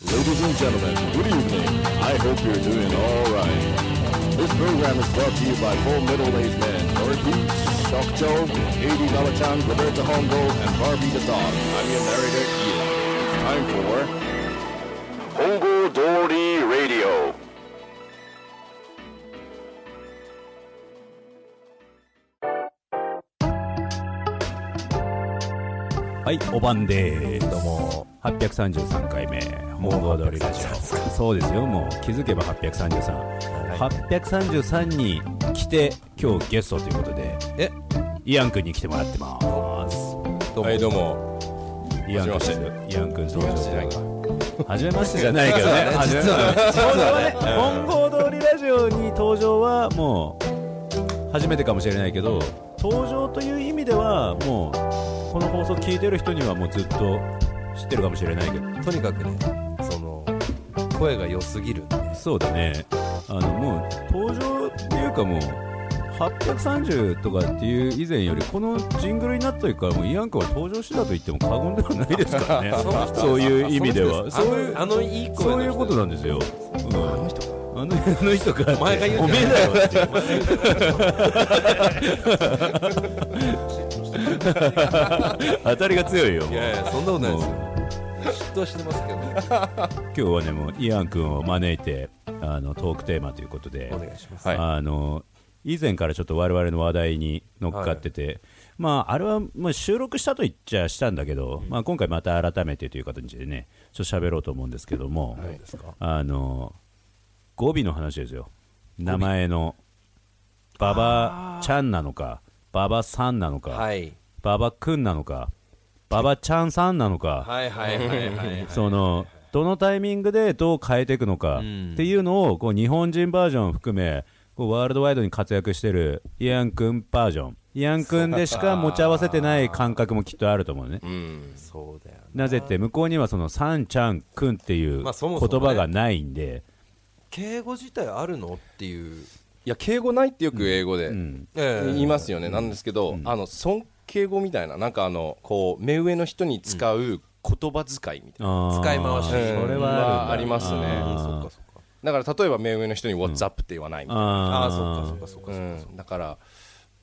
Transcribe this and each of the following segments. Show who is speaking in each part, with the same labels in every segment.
Speaker 1: Ladies and gentlemen, good evening. I hope you're doing all right. This program is brought to you by four middle-aged men, Dorothy, Shock Joe, A.D. Galachan, Roberta Hongo, and Barbie the Dog. I'm your narrator, Ian. It's time for... Hongo Dory Radio.
Speaker 2: はい、おばんでー
Speaker 3: どうも。
Speaker 2: す。833回目、モンゴードリラジオ。そうですよ、もう気づけば833。833に来て、今日ゲストということで、
Speaker 3: え、
Speaker 2: イアン君に来てもらってます。
Speaker 3: どうも。
Speaker 4: はい、どうも。
Speaker 2: イアン君です
Speaker 4: はじめ
Speaker 2: イアン君登場
Speaker 3: 初めましてじゃ
Speaker 2: で。はじめましてじゃないけどね。はじめ
Speaker 3: 実はね
Speaker 2: 本当はね、モンゴードリラジオに登場はもう、初めてかもしれないけど、登場という意味では、もう、この放送聞いてる人にはもうずっと知ってるかもしれないけど、
Speaker 3: とにかくね、その、声が良すぎるんで。
Speaker 2: そうだね。あの、もう、登場っていうかもう、830とかっていう以前より、このジングルになってるから、もうイアンクは登場したと言っても過言ではないですからね。 そういう意味では。そういう、
Speaker 3: あの、あのいい声の人
Speaker 2: そういうことなんですよ。うん、あの人か。あのあの人か。
Speaker 3: お前が言うん
Speaker 2: お
Speaker 3: じ
Speaker 2: め
Speaker 3: ゃ
Speaker 2: え
Speaker 3: ない
Speaker 2: だよっていう。当たりが強いよ、もう
Speaker 3: いやいや、そんなことないですよ
Speaker 2: も。う
Speaker 3: 嫉妬してますけどね。
Speaker 2: 今日はね、もうイアン君を招いて、あの、トークテーマということで。
Speaker 3: お願いします。
Speaker 4: はい
Speaker 2: あの以前からちょっと我々の話題に乗っかってて、まあ、あれはまあ収録したと言っちゃしたんだけど、まあ、今回また改めてという形でねちょっと喋ろうと思うんですけども、
Speaker 3: 何ですか
Speaker 2: あの語尾の話ですよ名前の馬場ちゃんなのか馬場さんなのか
Speaker 3: はい。
Speaker 2: 馬場くんなのか馬場ちゃんさんなのか、
Speaker 3: はいはいはいはい。
Speaker 2: そのどのタイミングでどう変えていくのかっ
Speaker 3: うん
Speaker 2: ていうのをこう日本人バージョンを含めこうワールドワイドに活躍してるイアン君バージョンイアン君でしか持ち合わせてない感覚もきっとあると思うね
Speaker 4: うん。
Speaker 3: そうだよね。
Speaker 2: なぜって向こうにはそのサンちゃん君っていう
Speaker 3: ま
Speaker 2: 言
Speaker 3: あそもそもね
Speaker 2: 葉がないんで、
Speaker 3: 敬語自体あるのっていう。
Speaker 4: いや、敬語ないってよく英語で
Speaker 2: うん
Speaker 3: え
Speaker 4: 言いますよね。なんですけど、あの、尊敬語みたいな、なんかあの、こう、目上の人に使う言葉遣いみた
Speaker 2: あ
Speaker 4: い
Speaker 2: ー
Speaker 3: 使い回し
Speaker 4: な。うん
Speaker 3: それは
Speaker 4: まあ
Speaker 2: あ
Speaker 4: あ
Speaker 2: る
Speaker 4: り
Speaker 2: んだ
Speaker 4: ますね。
Speaker 3: そっかそっか。
Speaker 4: だから、例えば目上の人に What's up って言わないみたい
Speaker 3: あ
Speaker 2: あ
Speaker 3: あ、
Speaker 2: ー
Speaker 3: そっかそっかそっか
Speaker 4: な。
Speaker 3: そっか。
Speaker 4: うん。だから、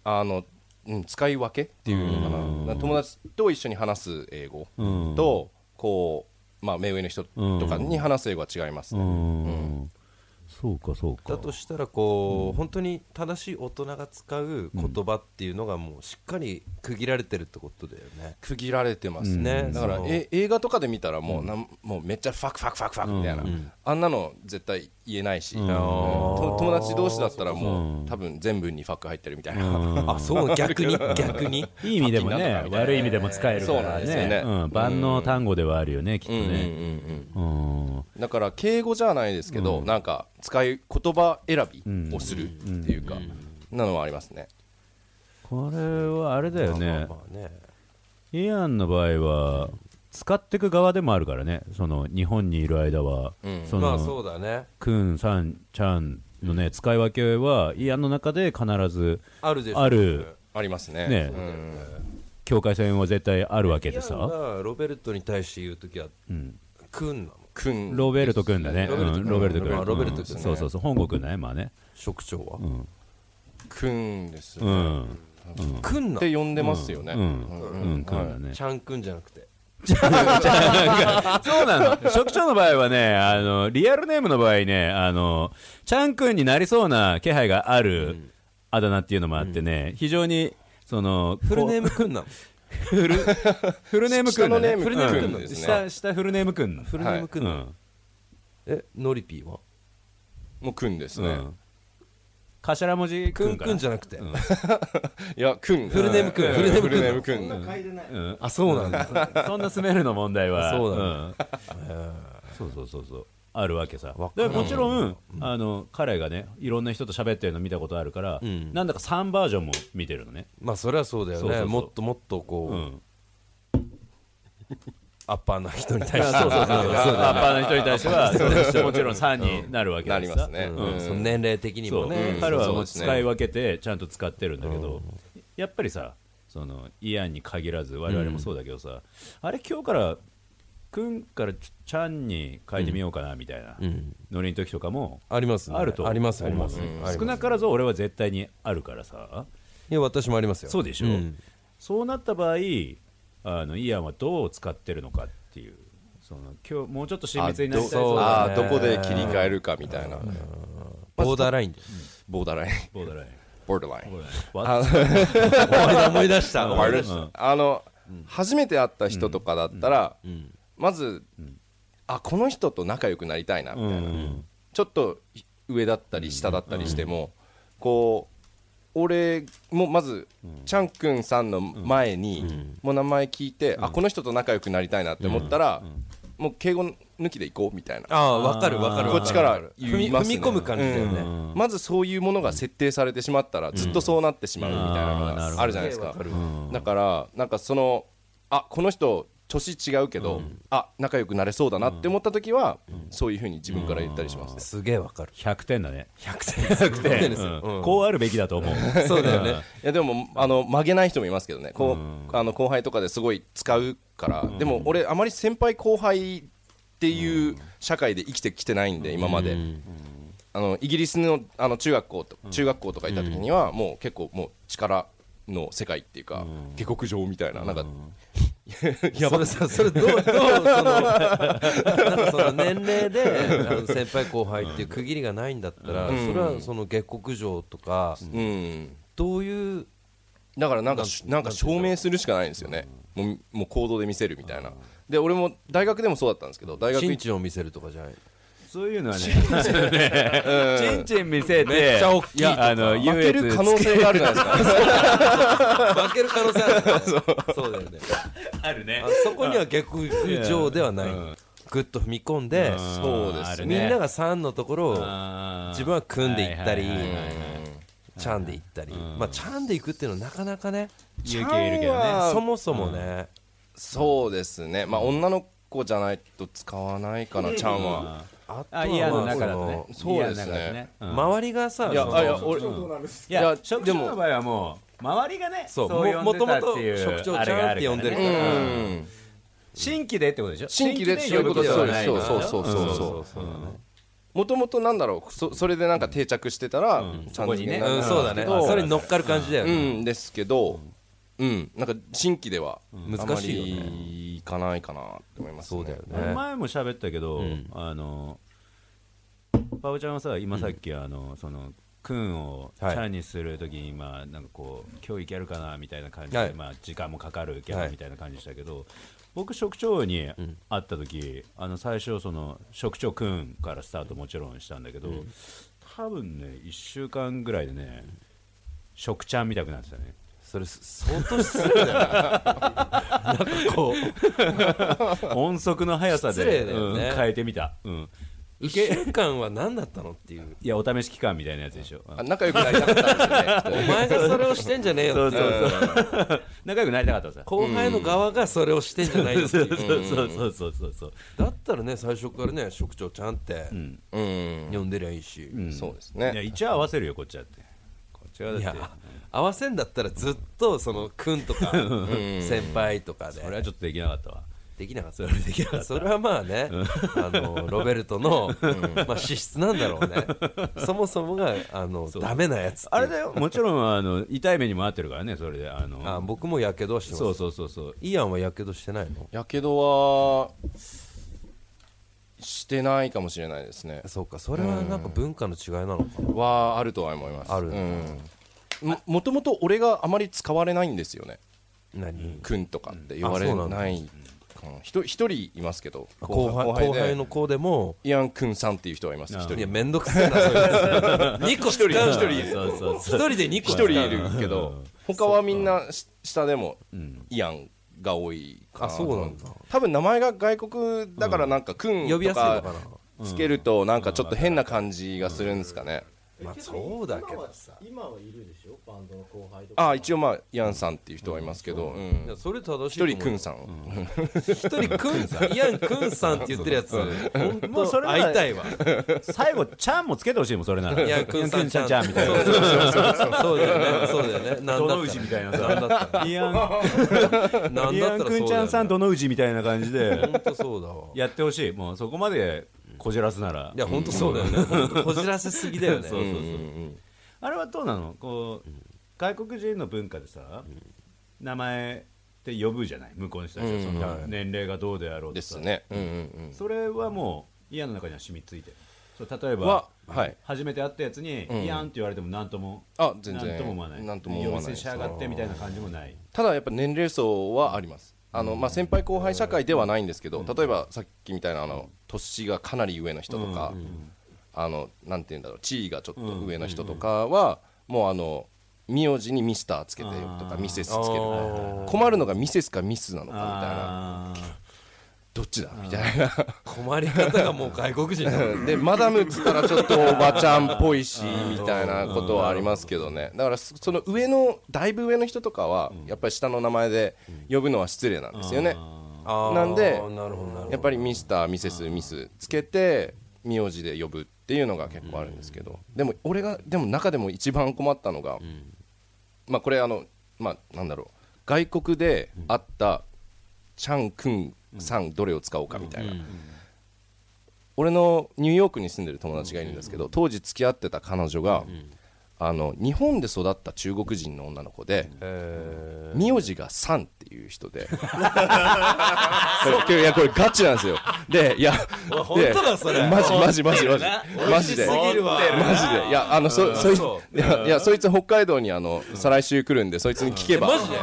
Speaker 4: あの、うん使い分けっていうのかな。だから友達と一緒に話す英語
Speaker 2: うん
Speaker 4: と、こう、まあ、目上の人とかに話す英語は違います
Speaker 2: う
Speaker 4: ね。
Speaker 2: んそうかそうか
Speaker 3: だとしたらこう、本当に正しい大人が使う言葉っていうのがもうしっかり区切られてるってことだよね。
Speaker 4: 区切られてます
Speaker 3: ね
Speaker 4: ね、だから
Speaker 3: そう
Speaker 4: え映画とかで見たらもう,、なん、もうめっちゃファクファクファクファクみたいな、あんなの絶対言えないし、
Speaker 2: ん
Speaker 4: と友達同士だったら
Speaker 2: う
Speaker 4: も
Speaker 2: ん
Speaker 4: う多分全部にファク入ってるみたいな、
Speaker 3: あ、そう、逆に、逆に。
Speaker 2: いい意味でも
Speaker 4: ハッピーにな
Speaker 2: ね
Speaker 4: ったみたいな
Speaker 2: 悪い意味でも使えるか
Speaker 4: そ
Speaker 2: ら
Speaker 4: うなん
Speaker 2: ね
Speaker 4: ですよね
Speaker 2: うん万能単語ではあるよねきっと
Speaker 4: うんうんうん
Speaker 2: ね
Speaker 4: うん
Speaker 2: うん
Speaker 4: だから敬語じゃないですけど、なんか使い言葉選びをするっていうか、なのはありますね、
Speaker 2: これはあれだよ
Speaker 3: まあ
Speaker 2: ね
Speaker 3: まあね。
Speaker 2: イアンの場合は使ってく側でもあるからねその日本にいる間は、
Speaker 4: うん
Speaker 2: そ
Speaker 3: まあ
Speaker 2: の
Speaker 3: そうだね。
Speaker 2: くんさんちゃんのね使い分けはイアンの中で必ず
Speaker 3: あるでしょ。
Speaker 2: ある
Speaker 4: ありますね
Speaker 2: ね
Speaker 4: うん
Speaker 2: 境界線は絶対あるわけで
Speaker 3: イアン
Speaker 2: さ
Speaker 3: がロベルトに対して言うときは、くんなの。
Speaker 4: くん
Speaker 2: ロベルトくんだね
Speaker 3: ロベルト
Speaker 2: うんロベルトく
Speaker 3: まあ
Speaker 2: ん
Speaker 3: ロベルト君ね
Speaker 2: うんそうそうそう本郷くんだねまあね
Speaker 3: 職長は。
Speaker 4: くんです、
Speaker 2: う
Speaker 4: っ
Speaker 2: ん
Speaker 3: くんな
Speaker 4: て呼んでますよね、
Speaker 2: うん
Speaker 4: うん
Speaker 2: うんくんだね
Speaker 3: の。ちゃんくんじゃなくて。
Speaker 2: そうなの。職長の場合はね、あの、リアルネームの場合ね、あの、ちゃんくんになりそうな気配があるあだ名っていうのもあってね、非常に、その、
Speaker 3: フルネー
Speaker 2: ム、
Speaker 3: ムくんなの。
Speaker 2: フル、フルネームくんだね。
Speaker 4: 下のネームくんですね
Speaker 2: 下、下フルネームくんなの。
Speaker 3: フルネームくんなの。 え、ノリピーは
Speaker 4: もうくんです
Speaker 2: うん。う
Speaker 4: ね、
Speaker 2: ん。頭文字
Speaker 3: く
Speaker 2: く
Speaker 3: ん
Speaker 2: ん
Speaker 3: くんじ
Speaker 2: ゃ
Speaker 3: ゃなくて。
Speaker 4: いやくん
Speaker 3: フルネームくん
Speaker 4: うん
Speaker 3: フルネームくん
Speaker 4: フルネームくん
Speaker 2: うん。
Speaker 3: あ、そうなんだ。
Speaker 2: そんなスメルの問題は。
Speaker 3: そうだね
Speaker 2: んそうそうそうそう。あるわけさ
Speaker 3: わ。か
Speaker 2: で
Speaker 3: る
Speaker 2: もちろん、あの、彼がね、いろんな人と喋ってるの見たことあるから、
Speaker 3: ん
Speaker 2: なんだか3バージョンも見てるのね。
Speaker 3: まあそれはそうだよ
Speaker 2: そうそう
Speaker 3: ね。
Speaker 2: そう
Speaker 3: もっともっと
Speaker 2: う
Speaker 3: こう、
Speaker 2: ん。
Speaker 3: アッパーな人に対
Speaker 2: そう
Speaker 3: し
Speaker 2: そう
Speaker 3: て。
Speaker 2: そう。アッパーの人に対しては、もちろん3になるわけ
Speaker 4: な
Speaker 2: だ
Speaker 4: り
Speaker 2: し
Speaker 4: ま
Speaker 2: さ
Speaker 4: す。ね、
Speaker 3: うんその年齢的に
Speaker 2: そ
Speaker 3: も
Speaker 2: う
Speaker 3: ね。
Speaker 2: 彼はも
Speaker 4: そううですね
Speaker 2: 使い分けて、ちゃんと使ってるんだけど、やっぱりさ、そのイアンに限らず、我々もそうだけどさ、あれ、今日からくんからちちゃんに変えてみようかなみたいな
Speaker 3: うん
Speaker 2: ノリの時とかも
Speaker 3: ありますね
Speaker 2: あると思う
Speaker 3: ありますあります、
Speaker 2: うん
Speaker 3: あります
Speaker 2: 少なからず俺は絶対にあるからさ
Speaker 3: いや私もありますよ
Speaker 2: そうでしょ、
Speaker 3: ん
Speaker 2: そうなった場合あのイアンはどう使ってるのかっていうその今日もうちょっと親密になりたい
Speaker 3: そう
Speaker 2: だ
Speaker 3: だ
Speaker 4: あ
Speaker 3: ね
Speaker 4: ーどこで切り替えるかみたいな
Speaker 3: ボーダーラインで
Speaker 4: ボーダーライン
Speaker 2: ボーダーライン
Speaker 4: ボーダーライン
Speaker 2: ボーダ
Speaker 4: あ
Speaker 2: ーライン
Speaker 3: 思い出した
Speaker 2: うん
Speaker 3: 思い出
Speaker 2: う
Speaker 3: し
Speaker 2: ん
Speaker 4: あの、初めて会った人とかだったら、
Speaker 3: たうん
Speaker 4: まず、あこの人と仲良くなりたいなみたいな、
Speaker 2: うん
Speaker 4: ちょっと上だったり下だったりしても、こう俺もまず、チャンくんさんの前に、もう名前聞いて、あこの人と仲良くなりたいなって思ったら、もう敬語抜きでいこうみたいな、
Speaker 3: ああ分かる分かる
Speaker 4: こっちから
Speaker 3: 踏み
Speaker 4: 言います
Speaker 3: 踏
Speaker 4: ね
Speaker 3: み込む感じだよね、
Speaker 2: うん
Speaker 4: まずそういうものが設定されてしまったら、ずっとそうなってしまうみたいなの
Speaker 2: うんあーなるほど
Speaker 4: があるじゃないですか、
Speaker 2: うん
Speaker 4: だからなんかそのあこの人年違うけど、あ仲良くなれそうだなって思った時は、そういうふうに自分から言ったりします、
Speaker 3: すげえ分かる
Speaker 2: 100点だね
Speaker 3: 100
Speaker 2: 100点
Speaker 3: ですよ、
Speaker 2: うん
Speaker 3: うん
Speaker 2: こうあるべきだと思う
Speaker 3: そうだよね
Speaker 4: いやでもあの曲げない人もいますけどねこう、あの後輩とかですごい使うから、でも俺あまり先輩後輩っていう社会で生きてきてないんで今まで、あのイギリスのあの中学校と中学校とか行った時には、もう結構もう力の世界っていうか、下克上みたいななんか、
Speaker 3: やばそれさそれどうどうそ のなんかその年齢であの先輩後輩っていう区切りがないんだったら、
Speaker 4: うん
Speaker 3: それはその下克上とか、
Speaker 4: うん、
Speaker 3: どういう
Speaker 4: だからなんかし
Speaker 3: な
Speaker 4: なんんか証明するしかないんですよねもうもう行動で見せるみたいなで俺も大学でもそうだったんですけど大学
Speaker 3: チン
Speaker 4: 一
Speaker 3: チンを見せるとかじ ゃない
Speaker 2: そういうのはねチンチン見せてめっ
Speaker 3: ちゃ大きい
Speaker 2: あの
Speaker 4: 負ける可能性があるじゃないですか
Speaker 3: 負ける可能性あるからそうそうだよね
Speaker 2: あるね
Speaker 3: あそこには下克上ではないぐっと踏み込んで
Speaker 4: そうですね
Speaker 2: ある
Speaker 3: みん
Speaker 2: ね
Speaker 3: なが3のところを
Speaker 2: あー
Speaker 3: 自分は組んでいったり
Speaker 2: はいはいはいはい
Speaker 3: チャンでいったりまあチャンでいくっていうのはなかなかね
Speaker 2: 勇気はいるけどね
Speaker 4: あー
Speaker 3: そもそもね
Speaker 4: そうですね、まあ、女の子じゃないと使わないかな、ちゃんは。
Speaker 3: あと
Speaker 2: あ
Speaker 3: は
Speaker 2: イヤの中だ
Speaker 3: ま
Speaker 2: と
Speaker 3: あ
Speaker 2: ね
Speaker 3: その
Speaker 4: そうです
Speaker 2: イヤの
Speaker 4: ね
Speaker 2: 中だとねうん
Speaker 3: 周りがさ
Speaker 4: いや、
Speaker 3: その
Speaker 4: あいや俺、
Speaker 2: いや
Speaker 4: いや
Speaker 2: 職
Speaker 4: で
Speaker 2: 長
Speaker 4: も
Speaker 2: の場合はもう周りがね
Speaker 3: そう
Speaker 2: 呼んでたっていう
Speaker 3: ももともと職長
Speaker 2: あれがあるからね
Speaker 3: ちゃんって呼んでる
Speaker 4: う
Speaker 3: から
Speaker 4: ん、
Speaker 2: 新規でってことでしょ
Speaker 4: 新規でそういうこと
Speaker 2: で
Speaker 4: で
Speaker 2: は
Speaker 4: は
Speaker 2: な
Speaker 4: ないい
Speaker 2: から
Speaker 4: そうそうそうそうそう
Speaker 3: そうだね
Speaker 4: もともとなんだろう、そそれでなんか定着してたら、ちゃ
Speaker 2: そこにね
Speaker 3: うんそうだね
Speaker 2: うん
Speaker 3: それに乗っかる感じだよ
Speaker 4: う
Speaker 3: ね
Speaker 4: ん、ですけど、うん、なんか新規では、
Speaker 3: 難しいよね
Speaker 4: あまりいかないかなって思います、
Speaker 3: そうだよね
Speaker 2: 前も喋ったけど、
Speaker 3: うん
Speaker 2: あのパオちゃんはさ今さっき、あのそのくんをチ
Speaker 3: はい
Speaker 2: ャンにするときに、まあなんかこう今日いけるかなみたいな感じで、
Speaker 3: はい
Speaker 2: まあ時間もかかるけど、
Speaker 3: はい
Speaker 2: みたいな感じでしたけど僕職長に会った時、あの最初その職長くんからスタートもちろんしたんだけど、多分ね1週間ぐらいでね職ちゃんみたくなってたね
Speaker 3: それ相当失礼だよねなんかこう
Speaker 2: 音速の速さ
Speaker 3: 失礼
Speaker 2: で、
Speaker 3: だよね
Speaker 2: うん変えてみた、うん、
Speaker 3: 1週間は何だったのっていう
Speaker 2: いやお試し期間みたいなやつでしょ、うん
Speaker 4: あ仲良くなりたか ったんですよ
Speaker 3: お
Speaker 4: ね。
Speaker 3: 前がそれをしてんじゃねえよ
Speaker 2: そ
Speaker 3: っ
Speaker 2: う
Speaker 3: て
Speaker 2: そうそう。仲良くなりたかったさ。
Speaker 3: 後輩の側がそれをしてんじゃないよって
Speaker 2: そ
Speaker 3: いう
Speaker 2: そ
Speaker 3: う
Speaker 2: うそうそうそうそうそう。
Speaker 3: だったらね最初からね職長ちゃんって
Speaker 4: うん、
Speaker 3: 呼んでりゃいいし、
Speaker 4: そうです
Speaker 2: いや
Speaker 4: ね。
Speaker 2: 一応合わせるよこっちだって。こっちはいだっ
Speaker 3: や
Speaker 2: て。
Speaker 3: 合わせんだったらずっとその君とか先輩とかで
Speaker 2: 俺はちょっとできなかったわ。
Speaker 3: できなかったそれはまあね、あのロベルトの、まあ、資質なんだろうねそもそもがあのダメなやつっていう
Speaker 2: あれだよ。もちろんあの痛い目にも合ってるからねそれであの。
Speaker 3: あ僕もやけどはしてます
Speaker 2: そうそうそうそう。
Speaker 3: イアンはやけどしてないの
Speaker 4: やけどは、してないかもしれないですね。
Speaker 3: そうかそれはなんか文化の違いなのかな
Speaker 4: はあるとは思います
Speaker 3: ある
Speaker 4: うんももともと俺があまり使われないんですよね
Speaker 3: 何
Speaker 4: 「くん」とかって言われ
Speaker 3: あそうなんだ
Speaker 4: ないかなひと一人いますけど
Speaker 3: 後輩後輩
Speaker 4: で
Speaker 3: の子でも
Speaker 4: イアン・くんさんっていう人がいます一人
Speaker 3: いや
Speaker 4: 一
Speaker 3: めんどくせえなそれ 2個使う一人
Speaker 2: そうそう
Speaker 3: 一
Speaker 2: そう。
Speaker 3: 人で2個使
Speaker 4: 人
Speaker 3: う
Speaker 4: いるけど他はみんなし下でもイアンが多いか
Speaker 3: あそうなんだ
Speaker 4: 多分名前が外国だからなんか「くん」
Speaker 3: 呼びや
Speaker 4: と
Speaker 3: すいのか
Speaker 4: か
Speaker 3: な
Speaker 4: つけるとなんかちょっと変な感じがするんですかね
Speaker 3: まあそうだけどさ
Speaker 5: 今はいるでしょバンドの後輩とか
Speaker 4: あ一応まあヤンさんっていう人はいますけどうん
Speaker 3: いやそれ正しい
Speaker 4: 一人くん
Speaker 3: ん
Speaker 4: さん
Speaker 3: 一人くんさんイアンくんさんって言ってるやつ本
Speaker 2: もうそ
Speaker 3: 当
Speaker 2: れは
Speaker 3: 会いたいわ
Speaker 2: 最後ちゃんもつけてほしいもんそれなら
Speaker 3: イアンくんさんちゃん
Speaker 2: ちゃんみたい
Speaker 3: そうそうそうそうそうだよねそうだよねなんだ
Speaker 2: どの
Speaker 3: っ
Speaker 2: うちみたいな
Speaker 3: たらなんだったら
Speaker 2: なイアン
Speaker 3: なん
Speaker 2: イ
Speaker 3: だ
Speaker 2: ア
Speaker 3: っ
Speaker 2: ン
Speaker 3: た
Speaker 2: く
Speaker 3: らそ
Speaker 2: ん
Speaker 3: う
Speaker 2: ち
Speaker 3: だ
Speaker 2: ゃ
Speaker 3: よ
Speaker 2: んさん
Speaker 3: ね
Speaker 2: どのうちみたいな感じで
Speaker 3: 本当そうだわ
Speaker 2: やってほしいもうそこまでこじらすなら
Speaker 3: いや本当そうだよねほんとこじらせすぎだよね
Speaker 4: うんうん
Speaker 2: あれはどうなのこう外国人の文化でさ名前って呼ぶじゃない向こうの人たちはそ
Speaker 3: うんは
Speaker 2: の
Speaker 3: い
Speaker 2: 年齢がどうであろ
Speaker 4: う
Speaker 2: うんと
Speaker 4: で
Speaker 2: か
Speaker 4: すねうんうん
Speaker 2: それはもうイアンの中には染みついてるそう例え
Speaker 4: うん
Speaker 2: ば
Speaker 4: ははい
Speaker 2: 初めて会ったやつに
Speaker 4: ん
Speaker 2: イアンって言われても何とも
Speaker 4: あ全
Speaker 2: 何
Speaker 4: 然
Speaker 2: とも思わない
Speaker 4: なんとも思わ
Speaker 2: 呼
Speaker 4: な
Speaker 2: び
Speaker 4: い
Speaker 2: 捨てしやがってみたいな感じもない
Speaker 4: ただやっぱ年齢層はありますあの、まあ、先輩後輩社会ではないんですけど、例えばさっきみたいなあの年がかなり上の人とか、あのなんて言うんだろう地位がちょっと上の人とかは、もうあの名字にミスターつけてよとか
Speaker 2: あー
Speaker 4: ミセスつ
Speaker 3: あ
Speaker 4: ける
Speaker 3: ー
Speaker 4: 困るのがミセスかミスなのかみたいな
Speaker 2: あ
Speaker 4: どっちだみたいな
Speaker 3: 困り方がもう外国人だ
Speaker 4: でマダムっつったらちょっとおばちゃんっぽいしみたいなことはありますけどねだからそその上のだいぶ上の人とかはやっぱり下の名前で呼ぶのは失礼なんですよね、
Speaker 3: あー
Speaker 4: なんで
Speaker 3: なるほどなるほど
Speaker 4: やっぱりミスターミセスミスつけて名字で呼ぶっていうのが結構あるんですけどでも俺がでも中でも一番困ったのがまあこれあのまあなんだろう外国であったチャンくんさんどれを使おうかみたいな俺のニューヨークに住んでる友達がいるんですけど当時付き合ってた彼女があの日本で育った中国人の女の子で
Speaker 3: え
Speaker 4: 名字がさんっていう人で これいやこれガチなんですよでいや
Speaker 3: ー本当だそれ
Speaker 4: マジマジマジマジマジで
Speaker 3: 美味しすぎるわ
Speaker 4: マジでいやあのそそい
Speaker 3: そ
Speaker 4: いやいやそいつ北海道にあの再来週来るんでそいつに聞けば
Speaker 3: マジで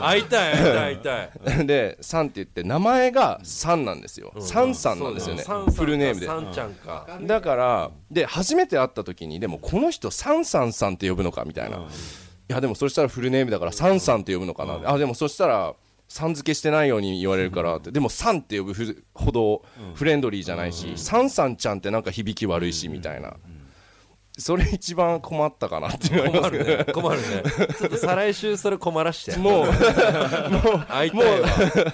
Speaker 3: 会いたい会いたい会いたい
Speaker 4: うんでさんって言って名前がさんなんですよさんさんなんですよね
Speaker 3: そうだ
Speaker 4: フルネームで
Speaker 3: サンちゃんか
Speaker 4: だからで初めて会った時にでもこの人サンサンさんって呼ぶのかみたいな、いやでもそしたらフルネームだからサンさんって呼ぶのかな、あでもそしたらさん付けしてないように言われるからって、でもさんって呼ぶふほどフレンドリーじゃないし、さんさんちゃんってなんか響き悪いしみたいな、それ一番困ったかなっていう
Speaker 3: 困るね困るねちょっと再来週それ困らして
Speaker 4: もうもう
Speaker 3: 会い
Speaker 4: も
Speaker 3: たいわ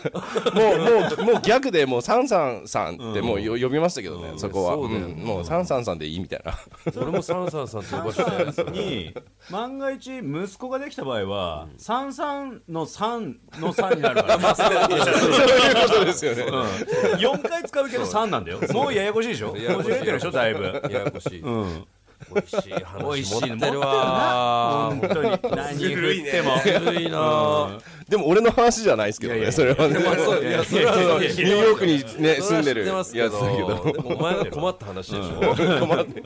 Speaker 4: うもうもうギャグでもうサンサンさんってもうよ呼びましたけどね、そこは
Speaker 3: そうだよね
Speaker 4: うんもうサンサンさんでいいみたいな。
Speaker 3: 俺もサンサンさんって呼ばせて
Speaker 2: ーに万が一息子ができた場合は三三の三の三になるから
Speaker 4: そういうことですよね。
Speaker 2: 4回使うけど3なんだよもうややこしいでしょ
Speaker 3: やや
Speaker 2: も
Speaker 3: こし
Speaker 2: じ
Speaker 3: い
Speaker 2: れてるでしょだいぶ
Speaker 3: ややこしい
Speaker 2: うん
Speaker 3: 美味しい話
Speaker 2: 美味しい
Speaker 3: 持
Speaker 2: の
Speaker 3: ってるわ
Speaker 2: 本当に何振っても
Speaker 3: 古いな
Speaker 4: でも俺の話じゃないですけど
Speaker 2: いやい
Speaker 4: ね、
Speaker 2: や
Speaker 4: それはね。
Speaker 3: まあそういやそれは
Speaker 4: その
Speaker 3: い
Speaker 4: ニ
Speaker 3: や
Speaker 4: ューヨークにね、住んでる
Speaker 3: それ
Speaker 4: や
Speaker 3: は
Speaker 4: つ
Speaker 3: 知って
Speaker 4: だけ
Speaker 3: ますけ
Speaker 4: ど。
Speaker 3: どでもお前が困った話でしょ
Speaker 4: 困って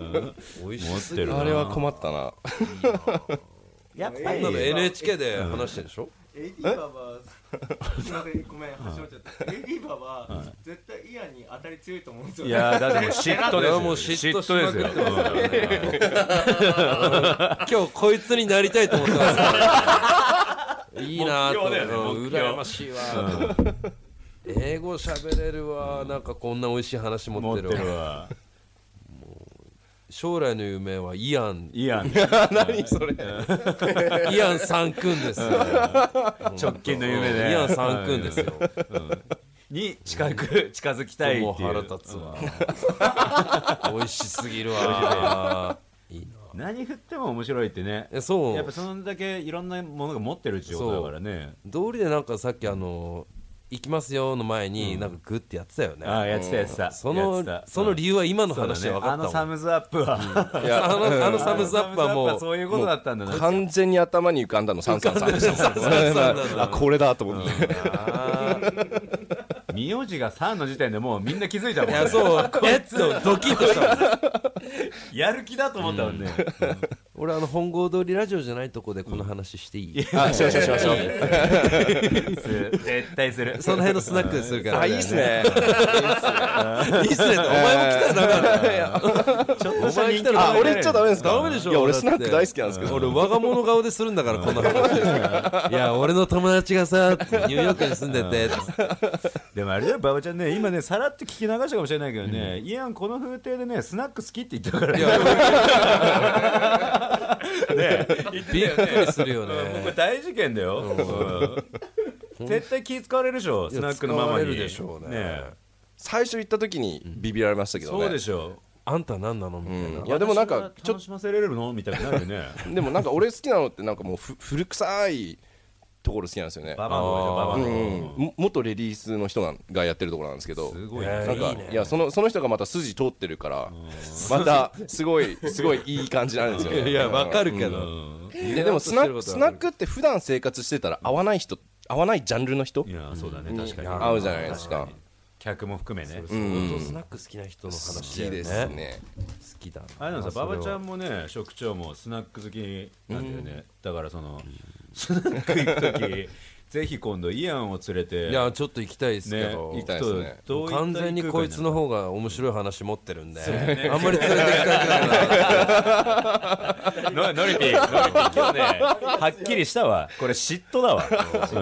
Speaker 3: 美味しい
Speaker 2: 持ってるな
Speaker 4: あれは困ったな。
Speaker 2: やっぱ
Speaker 3: こん
Speaker 2: り
Speaker 3: なの NHK で話してるでしょ
Speaker 5: AD ババすいませんごめん端折っちゃった AD ババ絶対イアンに当たり強いと思うんですよ
Speaker 2: い
Speaker 5: ね
Speaker 2: やだってもう嫉妬
Speaker 3: いやもう
Speaker 2: です
Speaker 3: 嫉
Speaker 2: よ
Speaker 3: 妬しまくって
Speaker 2: 嫉妬ですよ
Speaker 3: 今日こいつになりたいと思ってます。いいなぁと
Speaker 2: 目標
Speaker 3: 思
Speaker 2: だよね
Speaker 3: う、
Speaker 2: 目標
Speaker 3: 羨ましいわぁ。英語喋れるわ、なんかこんな美味しい話
Speaker 2: うん
Speaker 3: 持
Speaker 2: 持
Speaker 3: っ
Speaker 2: ってて
Speaker 3: るわ
Speaker 2: るわ
Speaker 3: 将来の夢はイア ン、
Speaker 2: イアン
Speaker 4: 何それ。
Speaker 3: イアン三君ですよ。
Speaker 2: 直近の夢ね
Speaker 3: イアン三君ですよ。
Speaker 2: に近く近づきたい
Speaker 3: もう
Speaker 2: ってい
Speaker 3: 腹
Speaker 2: う
Speaker 3: 立つわ。美味しすぎるわ。いいなぁ
Speaker 2: 何振っても面白いってね
Speaker 3: え。そ
Speaker 2: やっぱ
Speaker 3: う、
Speaker 2: そんだけいろんなものが持ってるってことだからね
Speaker 3: 道理でなんかさっきあの、行きますよの前に、なんかグッてやってたよね。
Speaker 2: ああやってたやってた
Speaker 3: そ
Speaker 2: や
Speaker 3: の
Speaker 2: ってた
Speaker 3: その理由は今の
Speaker 2: そうだね
Speaker 3: 話で分か
Speaker 2: あ
Speaker 3: っ
Speaker 2: の
Speaker 3: た
Speaker 2: サ
Speaker 3: もん。
Speaker 2: ムズアップは
Speaker 4: いや
Speaker 3: あのあのサムズアップは
Speaker 2: サムズ
Speaker 3: もう
Speaker 2: そういうことだったんだな
Speaker 4: 完全に頭に浮かんだの、サンサンさんでした。 あ、これだと思って。
Speaker 3: あ
Speaker 2: 名字が3の時点でもうみんな気づいたもん
Speaker 3: ーい
Speaker 2: ね
Speaker 3: やそうえっとドキッとしたもん
Speaker 2: やる気だと思ったもんね
Speaker 3: 俺あの本郷通りラジオじゃないとこでこの話していい、
Speaker 4: あ、しましょうしましょう。
Speaker 2: 絶対する
Speaker 3: その辺のスナックでするから
Speaker 4: あ、いいっすね。
Speaker 3: いいっすねお前も来たらダメなんだよ
Speaker 2: ちょっ
Speaker 3: お前
Speaker 2: とした人
Speaker 3: 来
Speaker 2: 気
Speaker 3: たら
Speaker 4: あ、俺行っちゃダメですか
Speaker 3: ダメでしょ
Speaker 4: いや、俺
Speaker 3: だっ
Speaker 4: ス
Speaker 3: て
Speaker 4: ナック大好きなんですけど。
Speaker 3: 俺我が物顔でするんだからこんな話いや俺の友達がさニューヨークに住んでて
Speaker 2: でもあれだよ、馬場ちゃんね、今ね、さらっと聞き流したかもしれないけどね、イアン、この風亭でね、スナック好きって言ったからね、
Speaker 3: びっくりするよ
Speaker 2: これ
Speaker 3: ね
Speaker 2: 大事件だよ、うん絶対気使われるでしょ、スナックのママ
Speaker 3: 使われ
Speaker 2: に。
Speaker 3: るでしょうね
Speaker 4: 最初行った時にビビられましたけどね
Speaker 2: そうでしょ
Speaker 3: あんた何なのみたいな、
Speaker 4: うんいやでもなんか
Speaker 2: ちょっと楽しませれるのみたいになるよね
Speaker 4: でもなんか俺好きなのってなんかもうふ古臭いところ好きなんですよね
Speaker 2: ババアの方でしょババア
Speaker 4: う
Speaker 2: の
Speaker 4: ん
Speaker 2: 方
Speaker 4: うんも元レディースの人なんがやってるところなんですけど
Speaker 2: すごい
Speaker 3: ね
Speaker 4: なん
Speaker 3: い
Speaker 4: か
Speaker 3: いね
Speaker 4: いやそのその人がまた筋通ってるからまたすごいすごいいい感じなんですよね
Speaker 3: いやわかるけど、
Speaker 4: うんででもスナックスナックって普段生活してたら合わない人合わないジャンルの人
Speaker 2: いやそうだね
Speaker 4: に
Speaker 2: 確かに
Speaker 4: 合うじゃないですか
Speaker 2: 客も含めね
Speaker 4: うん
Speaker 3: 相当スナック好きな人の
Speaker 4: 好
Speaker 3: 話
Speaker 4: き
Speaker 3: だよね
Speaker 4: ですね
Speaker 3: 好きだな
Speaker 2: あれなのさ
Speaker 3: それ
Speaker 2: 馬
Speaker 3: は
Speaker 2: 場ちゃんもね職長もスナック好きなんだよねだからそのスナック行く時ぜひ今度イアンを連れて
Speaker 3: いやちょっと行きたいですけ
Speaker 2: ね
Speaker 3: ど、
Speaker 2: 行
Speaker 4: きたい
Speaker 2: く
Speaker 4: です
Speaker 2: と
Speaker 4: ね
Speaker 2: どういった
Speaker 3: 完全にこいつの
Speaker 2: 方
Speaker 3: 方が面白い話持ってるんで、あんまり連れて行きた くない
Speaker 2: ノノリピーノリ
Speaker 3: な
Speaker 2: ピー今日ねはっきりしたわこれ嫉妬だわうん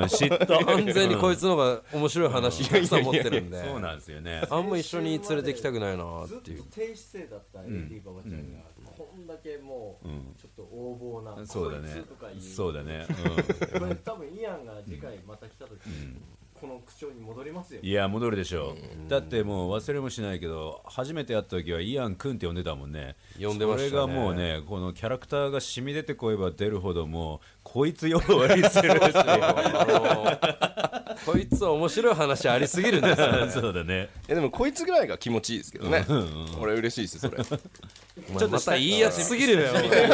Speaker 2: 嫉妬
Speaker 3: 完全にこ
Speaker 2: い
Speaker 3: いつの方が面白い話たくさん持ってるんで
Speaker 2: そうなんですよね
Speaker 3: あんま一緒に連れて行きたくないなっ
Speaker 5: ずって
Speaker 3: いう
Speaker 5: と低姿勢だった AD 馬場ちゃんがこんだけもうちょっと横暴な
Speaker 2: そうだね
Speaker 5: こいつとか言
Speaker 2: そうだねうん
Speaker 5: これ多分イアンが次回また来た時この口調に戻りますよ
Speaker 2: いや戻るでしょうだってもう忘れもしないけど初めて会った時はイアン君って呼んでたもんね
Speaker 3: 呼んでましたね
Speaker 2: それがもうねこのキャラクターが染み出てこえば出るほどもうこいつ呼ばわりする
Speaker 3: あのこいつは面白い話ありすぎる んですよ
Speaker 2: そうだね
Speaker 4: いやでもこいつぐらいが気持ちいいですけどね俺嬉しい ですそれ
Speaker 3: お前またいいやつすぎるよ
Speaker 4: 違う違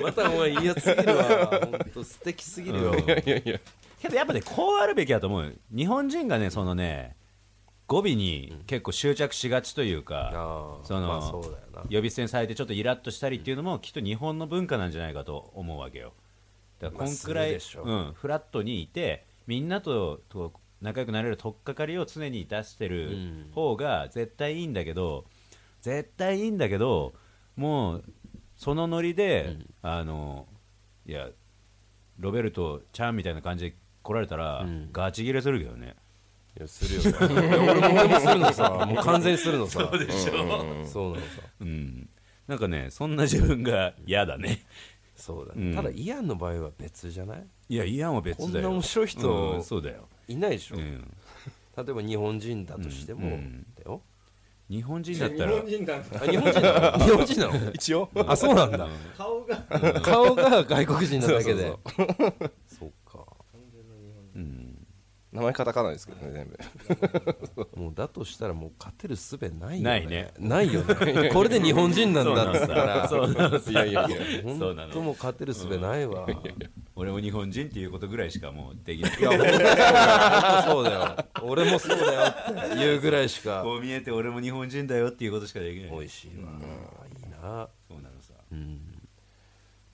Speaker 4: う
Speaker 3: またお前いいやつすぎるわ本当素敵すぎるよ、
Speaker 4: いやいや
Speaker 2: けどやっぱねこうあるべきだと思うよ日本人がねそのね語尾に結構執着しがちというか、
Speaker 3: ああ
Speaker 2: その
Speaker 3: まあそうだよな
Speaker 2: 呼び捨てにされてちょっとイラッとしたりっていうのもきっと日本の文化なんじゃないかと思うわけよだからこんくらい、
Speaker 3: まあするでしょう
Speaker 2: うん、フラットにいてみんなとと仲良くなれる取っかかりを常に出してる
Speaker 3: ん
Speaker 2: 方が絶対いいんだけど、絶対いいんだけどもうそのノリで、あのいやロベルトちゃんみたいな感じで来られたら、ガチギレするけどね
Speaker 3: いやするよね俺も俺もするのさもう完全にするのさそうでしょそうなのさ
Speaker 2: うんなんかねそんな自分が嫌だね
Speaker 3: そうだ、
Speaker 2: うん
Speaker 3: ただイアンの場合は別じゃない
Speaker 2: いやイアンは別だ
Speaker 3: こ
Speaker 2: よ
Speaker 3: んな面白い
Speaker 2: うん
Speaker 3: 人
Speaker 2: そうだよ、
Speaker 3: いないでしょ、
Speaker 2: うん、
Speaker 3: 例えば日本人だとしても、だよ
Speaker 2: 日本人だっ
Speaker 5: 日
Speaker 2: たら
Speaker 5: 本人なんだ
Speaker 3: あ日本人なの日本人な の
Speaker 4: 一応
Speaker 3: あそうなんだ
Speaker 5: 顔が
Speaker 3: 顔が外国人なだけでそうか
Speaker 2: うん
Speaker 4: 名前カタカナですけど ね全部
Speaker 3: もうだとしたらもう勝てる術ないよね
Speaker 2: ないね
Speaker 3: ないよ ねこれで日本人なんだっつったら
Speaker 2: そうなんです
Speaker 4: いやいやいや
Speaker 2: そうな
Speaker 3: 本当
Speaker 2: の
Speaker 3: もう勝てる術ないわ、
Speaker 2: 俺も日本人っていうことぐらいしかもうできない
Speaker 3: いや本当そうだよ俺もそうだよって言うぐらいしか
Speaker 2: こう見えて俺も日本人だよっていうことしかできない
Speaker 3: 美味しいわ、いいな
Speaker 2: そうなのさ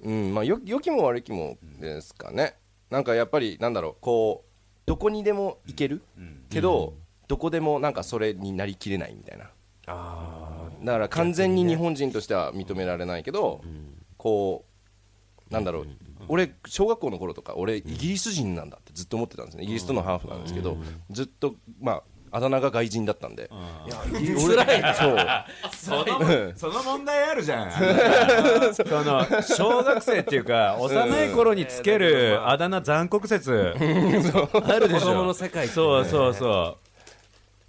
Speaker 4: うんまあよ良きも悪きもですかね、なんかやっぱりなんだろうこうどこにでも行ける、
Speaker 2: ん
Speaker 4: けど、どこでもなんかそれになりきれないみたいな
Speaker 3: あ
Speaker 4: だから完全に日本人としては認められないけど、こうなんだろう、俺小学校の頃とか俺イギリス人なんだってずっと思ってたんですねイギリスとのハーフなんですけど、ずっとまああだ名が外人だったんで、
Speaker 3: ー辛い
Speaker 4: そ
Speaker 2: そ
Speaker 4: う
Speaker 2: のその問題あるじ ゃんその小学生っていうか幼い頃につけるあだ名残酷説あるで
Speaker 3: 子
Speaker 2: し
Speaker 3: 供の
Speaker 2: ょ
Speaker 3: 世界ってね
Speaker 2: そうそうそ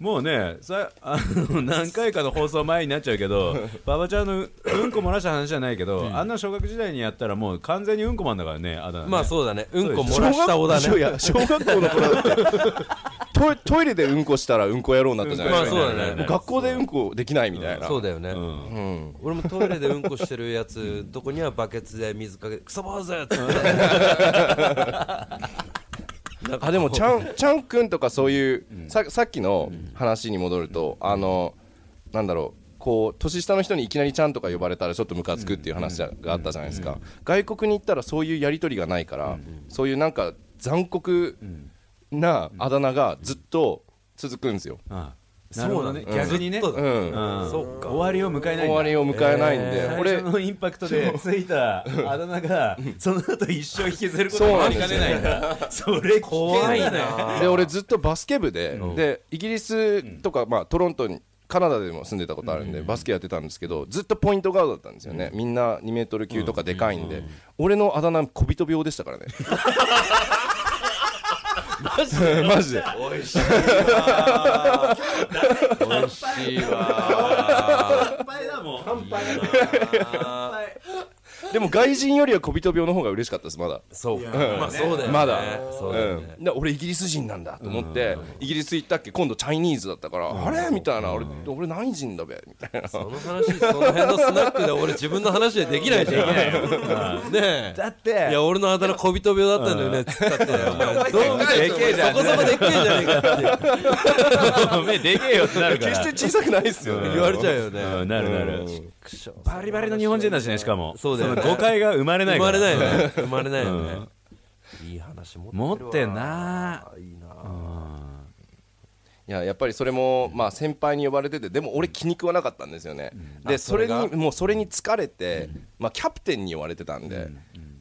Speaker 2: うもうねさあの何回かの放送前になっちゃうけど馬場ちゃんのうんこ漏らした話じゃないけど、あんな小学時代にやったらもう完全にうんこマンだからねあだ名ね
Speaker 3: まあそうだねうんこ漏らしたおだね
Speaker 4: いや小学校の頃だってトイトイレでうんこしたらうんこ野郎になったじゃない
Speaker 3: ま
Speaker 4: で
Speaker 3: あ
Speaker 4: すか、
Speaker 3: そうだね
Speaker 4: もう学校でうんこできないみたいな、
Speaker 3: そうだよね、
Speaker 2: うん
Speaker 4: うん
Speaker 3: 俺もトイレでうんこしてるやつどこにはバケツで水かけて「クソ坊主!」っつって
Speaker 4: あでもちゃんちゃんくんとかそういう、ささっきの話に戻ると、あのなんだろうこう年下の人にいきなりちゃんとか呼ばれたらちょっとムカつくっていう話があったじゃないですか、外国に行ったらそういうやり取りがないから、そういうなんか残酷なあだ名がずっと続くんですよ、
Speaker 2: あなるほどね
Speaker 3: そうなんだ
Speaker 2: 逆にね
Speaker 3: ずっとだ
Speaker 4: うん
Speaker 2: うん
Speaker 3: そうか
Speaker 2: 終わりを迎えない
Speaker 4: 終わりを迎えないんで、
Speaker 3: えー
Speaker 2: 俺
Speaker 4: 俺
Speaker 2: のインパクトでついたあだ名がその後一生引きずることになりかねないんだそれ怖
Speaker 3: 怖
Speaker 2: い
Speaker 3: い
Speaker 2: ね
Speaker 3: な
Speaker 4: で俺ずっとバスケ部で,、でイギリスとか、まあ、トロントにカナダでも住んでたことあるんで、バスケやってたんですけどずっとポイントガードだったんですよね、みんな2メートル級とかでかいんで、俺のあだ名小人病でしたから ねマジでマジで
Speaker 3: 美味しいわ美味しいわ
Speaker 2: 乾杯だもん
Speaker 5: 乾杯乾杯
Speaker 4: でも外人よりは小人病の方が嬉しかったですまだ
Speaker 3: そうかまあそうだよね
Speaker 4: まだ
Speaker 3: そうだよね
Speaker 4: うん、で俺イギリス人なんだと思って、イギリス行ったっけ今度チャイニーズだったから、あれみたいな俺俺何人だべみたいな
Speaker 3: その話その辺のスナックで俺自分の話でできないじゃんねえ
Speaker 2: だっ
Speaker 3: い
Speaker 2: て
Speaker 3: や俺のあだ名小人病だったんだよねっつったってお前どう見ても
Speaker 2: でけえじゃん
Speaker 3: そこそこでっけえじゃねえかって
Speaker 2: 目でけえよってなるか
Speaker 4: 決
Speaker 2: ら
Speaker 4: して小さくないですよね、
Speaker 3: 言われちゃうよね
Speaker 2: うんなるなるバリバリの日本人だしねしかも
Speaker 3: そうだよね
Speaker 2: の誤解が生まれないか
Speaker 3: 生ま
Speaker 2: ら
Speaker 3: れないよね生まれないよねいい話持ってるわ
Speaker 2: 持ってんない
Speaker 3: いない
Speaker 4: ややっぱりそれも、まあ、先輩に呼ばれててでも俺気に食わなかったんですよね、でそれに
Speaker 3: それ
Speaker 4: もうそれに疲れて、まあ、キャプテンに呼ばれてたんで,、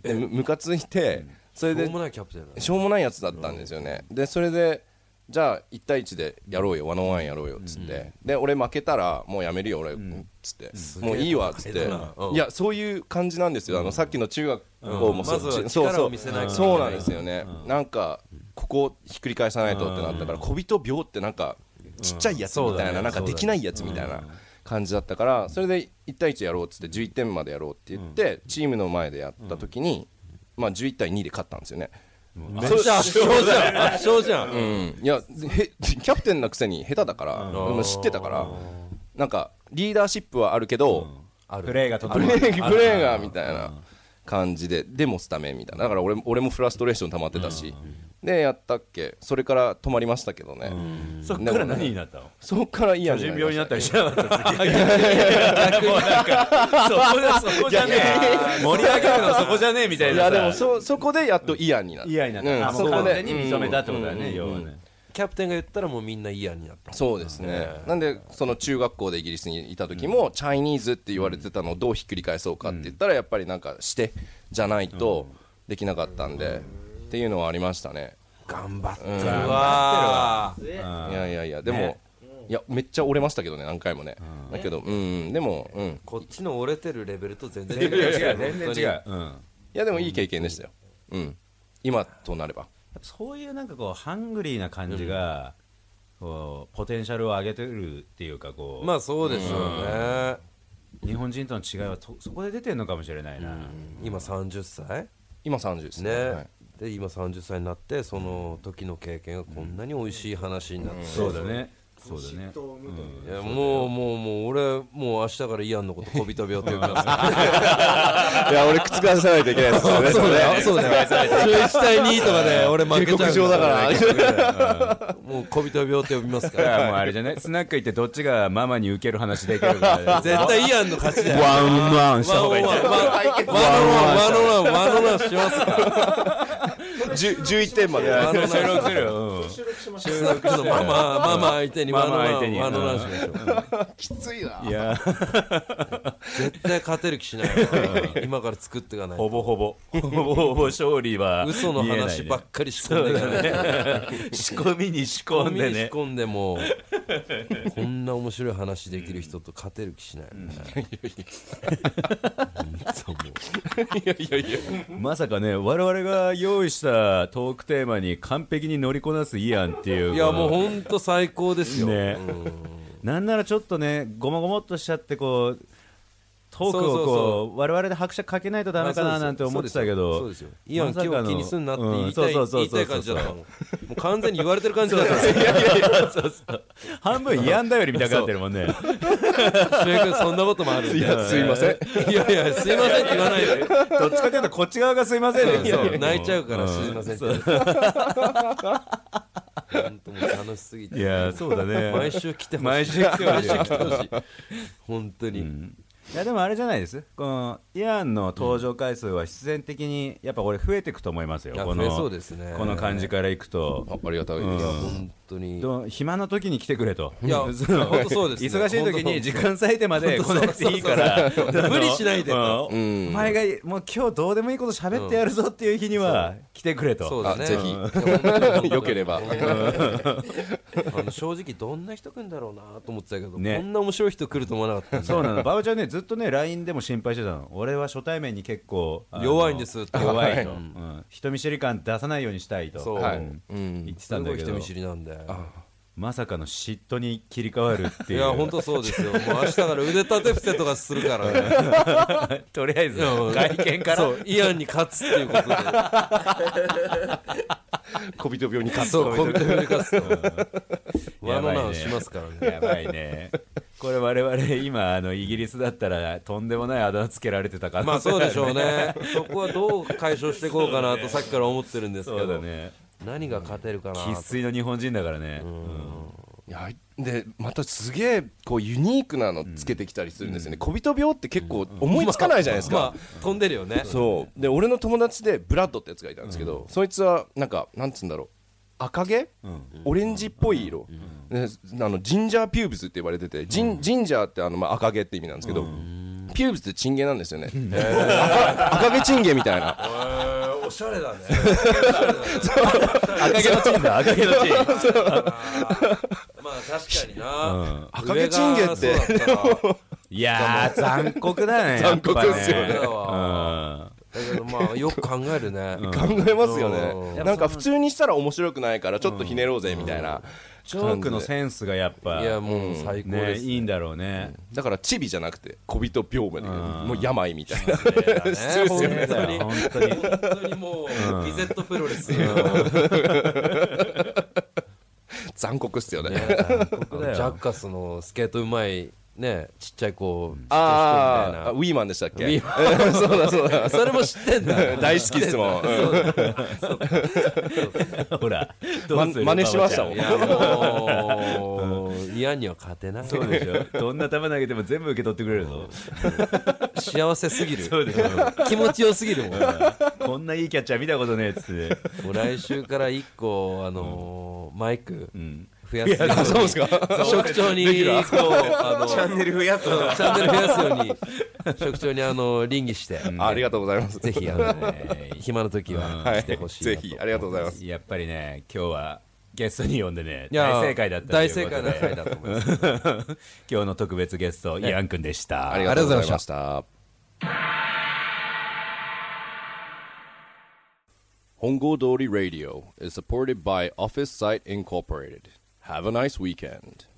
Speaker 4: でむムカついて、それ
Speaker 3: どう
Speaker 4: で
Speaker 3: もないキャプテンだね
Speaker 4: しょうもないやつだったんですよね、でそれでじゃあ1対1でやろうよワンオンワンやろうよっつって、で俺負けたらもうやめるよ俺、っつって、もういいわっつって、
Speaker 3: すげえなうん
Speaker 4: いやそういう感じなんですよ、あのさっきの中学校も
Speaker 3: まずは
Speaker 4: そう
Speaker 3: 力を見せないと
Speaker 4: そうそうなんですよね、なんかここをひっくり返さないとってなったから、小人病ってなんかちっちゃいやつみたいな、なんかできないやつみたいな感じだったから、それで1対1やろうっつって11点までやろうって言って、チームの前でやった時に、まあ11対2で勝ったんですよね。
Speaker 3: めっちゃ圧勝じゃん圧勝じゃん
Speaker 4: うんいやへキャプテンなくせに下手だから、でも知ってたからなんかリーダーシップはあるけど、
Speaker 3: あ
Speaker 2: プ
Speaker 3: る
Speaker 2: レーがとて
Speaker 4: プ
Speaker 2: も
Speaker 4: レープレーがみたいな感じででもスタメンみたいなだから俺も俺もフラストレーション溜まってたし、でやったっけそれから止まりましたけどね、
Speaker 2: そっから何になったの
Speaker 4: そっからいいや
Speaker 2: 巨人病になったり
Speaker 4: し
Speaker 2: しなかった次もうなんかそこだそこじゃねえ盛り上げるのそこじゃねえみたい
Speaker 4: い
Speaker 2: な
Speaker 4: や
Speaker 2: さ
Speaker 4: でもそそこでやっとイヤになった
Speaker 2: 嫌になっ
Speaker 4: うん
Speaker 2: たあも
Speaker 4: そうこ
Speaker 2: 完
Speaker 4: で
Speaker 2: 全に認めたってことだよね要はね
Speaker 3: キャプテンが言ったらもうみんな嫌になった
Speaker 4: そうですね、なんでその中学校でイギリスにいた時も、チャイニーズって言われてたのをどうひっくり返そうかって言ったら、やっぱりなんかしてじゃないとできなかったんで、っていうのはありましたね、
Speaker 3: 頑張ってるわ
Speaker 4: いやいやいやでも、
Speaker 2: ね
Speaker 4: いやめっちゃ折れましたけどね何回もね、だけどうんでもうんい
Speaker 3: こっちの折れてるレベルと全然
Speaker 2: 全然違う
Speaker 3: 本当
Speaker 2: 全
Speaker 3: に
Speaker 2: 然違ううん
Speaker 4: やでもいい経験でしたようん今となれば
Speaker 2: やっぱそういうなんかこうハングリーな感じが、こうポテンシャルを上げてるっていうかこう、
Speaker 3: まあそうですよね
Speaker 2: 日本人との違いはとそこで出てるのかもしれないな、
Speaker 3: 今30歳
Speaker 4: 今30ですね
Speaker 3: ね、
Speaker 4: はい
Speaker 3: で今30歳になってその時の経験がこんなに美味しい話になって、
Speaker 2: そうだねそうだね
Speaker 5: 人を産むとい
Speaker 3: い
Speaker 5: う
Speaker 3: やもうもうもう俺もう明日からイアンのこと小人病って呼びますから
Speaker 4: いや俺覆さないといけないですよね そうだよ
Speaker 3: そうだよ11対2とかで 俺負けちゃう
Speaker 4: 上だから
Speaker 3: も う小人病って呼びますか
Speaker 2: だかららもうあれじゃ ないスナック行ってどっちがママに受ける話できるから
Speaker 3: 絶対イアンの勝ちだよ
Speaker 2: ワンワンした
Speaker 3: ワ
Speaker 2: 方
Speaker 3: ンオ
Speaker 2: がいい
Speaker 3: ンワンワンワンオンワンワンワンオンワンしますから
Speaker 4: 10 11点まで
Speaker 3: ワンワン
Speaker 2: 収録するよ、
Speaker 3: スナックのママママ相手にワンオンワンワンオンワンしましょう
Speaker 4: きついな
Speaker 2: うんいや
Speaker 3: 絶対勝てる気しないわ今から作っていかないと
Speaker 2: ほぼほぼほぼほぼ勝利は見えない、
Speaker 3: 嘘の話ばっかり仕込んでいかない
Speaker 2: り仕込みに仕
Speaker 3: ゴ
Speaker 2: 込ん
Speaker 3: ミ
Speaker 2: で
Speaker 3: に仕
Speaker 2: ね
Speaker 3: 込んでもこんな面白い話できる人と勝てる気しないよね。そうも
Speaker 4: いやいやいや
Speaker 2: まさかね我々が用意したトークテーマに完璧に乗りこなすイアンっていう
Speaker 3: う
Speaker 2: い
Speaker 3: いやもうほんと最高ですよ。
Speaker 2: ね
Speaker 3: うん
Speaker 2: なんならちょっとねごもごもっとしちゃってこうトークをこう
Speaker 3: そうそうそ
Speaker 2: 我々で拍車かけないとダメかななんて思ってたけど
Speaker 3: そうですよ。イアン
Speaker 2: まさかの
Speaker 3: 今日気にすんなって言いた
Speaker 2: う
Speaker 3: い
Speaker 2: んそうそう
Speaker 3: 言い
Speaker 2: そうそう
Speaker 3: たい感じだったもん。もう完全に言われてる感じだったもん。
Speaker 2: 半分やんだより見たくなってるもんね
Speaker 3: 周平君そんなこともあるんで。い
Speaker 4: いやすいません
Speaker 3: やいやすいませんって言わないで。
Speaker 2: どっちかというとこっち側がすいませんね
Speaker 3: そう泣いちゃうからすいませんって言わないで。本当もう楽しすぎて。
Speaker 2: いやそうだ ね
Speaker 3: 毎週来てほしい。
Speaker 2: 毎週来てほしい
Speaker 3: 毎週来てほしい。本当に。
Speaker 2: いやでもあれじゃないですこのイアンの登場回数は必然的にやっぱこれ増えていくと思いますよ
Speaker 3: いや
Speaker 2: こ
Speaker 3: 増え
Speaker 2: の
Speaker 3: そうですね
Speaker 2: この感じからいくと
Speaker 4: あありがたいです、
Speaker 3: 本当 に
Speaker 2: どう暇な時に来てくれと。
Speaker 3: いや
Speaker 2: その
Speaker 3: 本当そうですね
Speaker 2: 忙しい時に時間割いてまで来
Speaker 3: 本当
Speaker 2: なくていいから
Speaker 3: そうそうそうそう無理しないでと
Speaker 2: う
Speaker 4: うんん
Speaker 2: お前がもう今日どうでもいいこと喋ってやるぞっていう日には来てくれと。
Speaker 3: そうだ
Speaker 4: あ
Speaker 3: ね
Speaker 4: ぜひよければ
Speaker 3: あの正直どんな人来るんだろうなと思ってたけど、
Speaker 2: ね
Speaker 3: こんな面白い人来ると思わなかったんで
Speaker 2: そうなの馬場ちゃんねずっとね LINE でも心配してたの俺は初対面に結構あの
Speaker 3: 弱いんですって
Speaker 2: 弱いと、
Speaker 3: はい
Speaker 2: うん人見知り感出さないようにしたいと
Speaker 3: そう
Speaker 2: はい
Speaker 3: うん
Speaker 2: 言ってた
Speaker 3: す
Speaker 2: んだ
Speaker 3: ごい
Speaker 2: け
Speaker 3: 人
Speaker 2: ど
Speaker 3: 見知りなんで
Speaker 2: まさかの嫉妬に切り替わるって
Speaker 3: い
Speaker 2: いう
Speaker 3: や本当そうですよもう明日から腕立て伏せとかするからね
Speaker 2: とりあえず外見から
Speaker 3: そう イアンに勝つっていうことで
Speaker 4: 小人病に勝 つ
Speaker 3: そうコンテンツ化す
Speaker 2: うん
Speaker 3: ワの
Speaker 2: やばい
Speaker 3: ナ
Speaker 2: ね
Speaker 3: ンしますからね
Speaker 2: やばいねこれ我々今あのイギリスだったらとんでもないあだ名つけられてたから
Speaker 3: まあそうでしょうねそこはどう解消していこうかなとさっきから思ってるんですけ
Speaker 2: そうだ
Speaker 3: ど
Speaker 2: ね
Speaker 3: 何が勝てるかな
Speaker 2: 生粋の日本人だからね、
Speaker 4: いやでまたすげえこうユニークなのつけてきたりするんですよね、小人病って結構思いつかないじゃないですか、
Speaker 3: まあ飛んでるよね
Speaker 4: そうで俺の友達でブラッドってやつがいたんですけど、そいつはなんかなんつうんだろう赤毛、オレンジっぽい色、であのジンジャーピューブスって呼ばれてて、ジンジンジャーってあの、まあ、赤毛って意味なんですけど、ピューブスってチンゲなんですよね、赤 赤毛チンゲみたいな
Speaker 3: おしゃれだね
Speaker 2: 赤毛のチームだ赤毛のチーム
Speaker 3: まあ確かにな
Speaker 4: 赤毛チンゲって
Speaker 3: 上がそうだったら
Speaker 2: いやー残酷だ ね
Speaker 4: 残酷っすよ
Speaker 2: や
Speaker 4: ね
Speaker 2: ぱ
Speaker 3: だわだけどまあよく考えるね
Speaker 4: 考えますよね、
Speaker 3: うん
Speaker 4: なんか普通にしたら面白くないからちょっとひねろうぜみたいな、
Speaker 2: ジョークのセンスがやっぱ
Speaker 3: いやもう最高
Speaker 2: ね
Speaker 3: です
Speaker 2: いいんだろうね
Speaker 4: だからチビじゃなくて小人病魔だけどもう病みたいな
Speaker 3: ね
Speaker 4: そうですよね
Speaker 3: 本当に
Speaker 2: 本当に
Speaker 3: 本当にもうギゼットプロレス
Speaker 4: 残酷っすよね
Speaker 3: ねあのジャッカスのスケートうまいねちっちゃい子
Speaker 4: あーあ
Speaker 3: 知
Speaker 4: ウィーマンでしたっけ
Speaker 3: ウィ
Speaker 4: そうだそうだ
Speaker 3: それも知ってんだ
Speaker 4: 大好きっすもん、うん
Speaker 2: ほ らどうする
Speaker 4: ま真似しましたも
Speaker 2: 馬
Speaker 4: ん
Speaker 2: 場
Speaker 3: いやもうイアンには勝てない
Speaker 2: ちゃんそうでしょどんな球投げても全部受け取ってくれるぞ
Speaker 3: 幸せすぎ る
Speaker 2: そうでしょ
Speaker 3: 気持ちよすぎるもん
Speaker 2: こんないいキャッチャー見たことねえっつって
Speaker 3: もう来週から一個あのーマイク
Speaker 2: ん
Speaker 3: 増やすように
Speaker 4: あそうですか
Speaker 3: 職長にこうあの
Speaker 5: チャンネル増やすの
Speaker 3: チャンネル増やすように職長にあの倫議して
Speaker 4: あありがとうございます。
Speaker 3: ぜひあの 暇の時は
Speaker 4: は
Speaker 3: 来てほしいな
Speaker 4: ぜ
Speaker 3: と
Speaker 4: ひ、ありがとうございます。
Speaker 2: やっぱりね今日はゲストに呼んでね
Speaker 3: いや
Speaker 2: 大正解だったとい
Speaker 3: 大
Speaker 2: うこと
Speaker 3: 正
Speaker 2: で
Speaker 3: 解な回だと思います
Speaker 2: 今日の特別ゲストイアン君でした
Speaker 4: ありがとうございました。本郷通り Radio is supported by Office Site Incorporated. Have a nice weekend.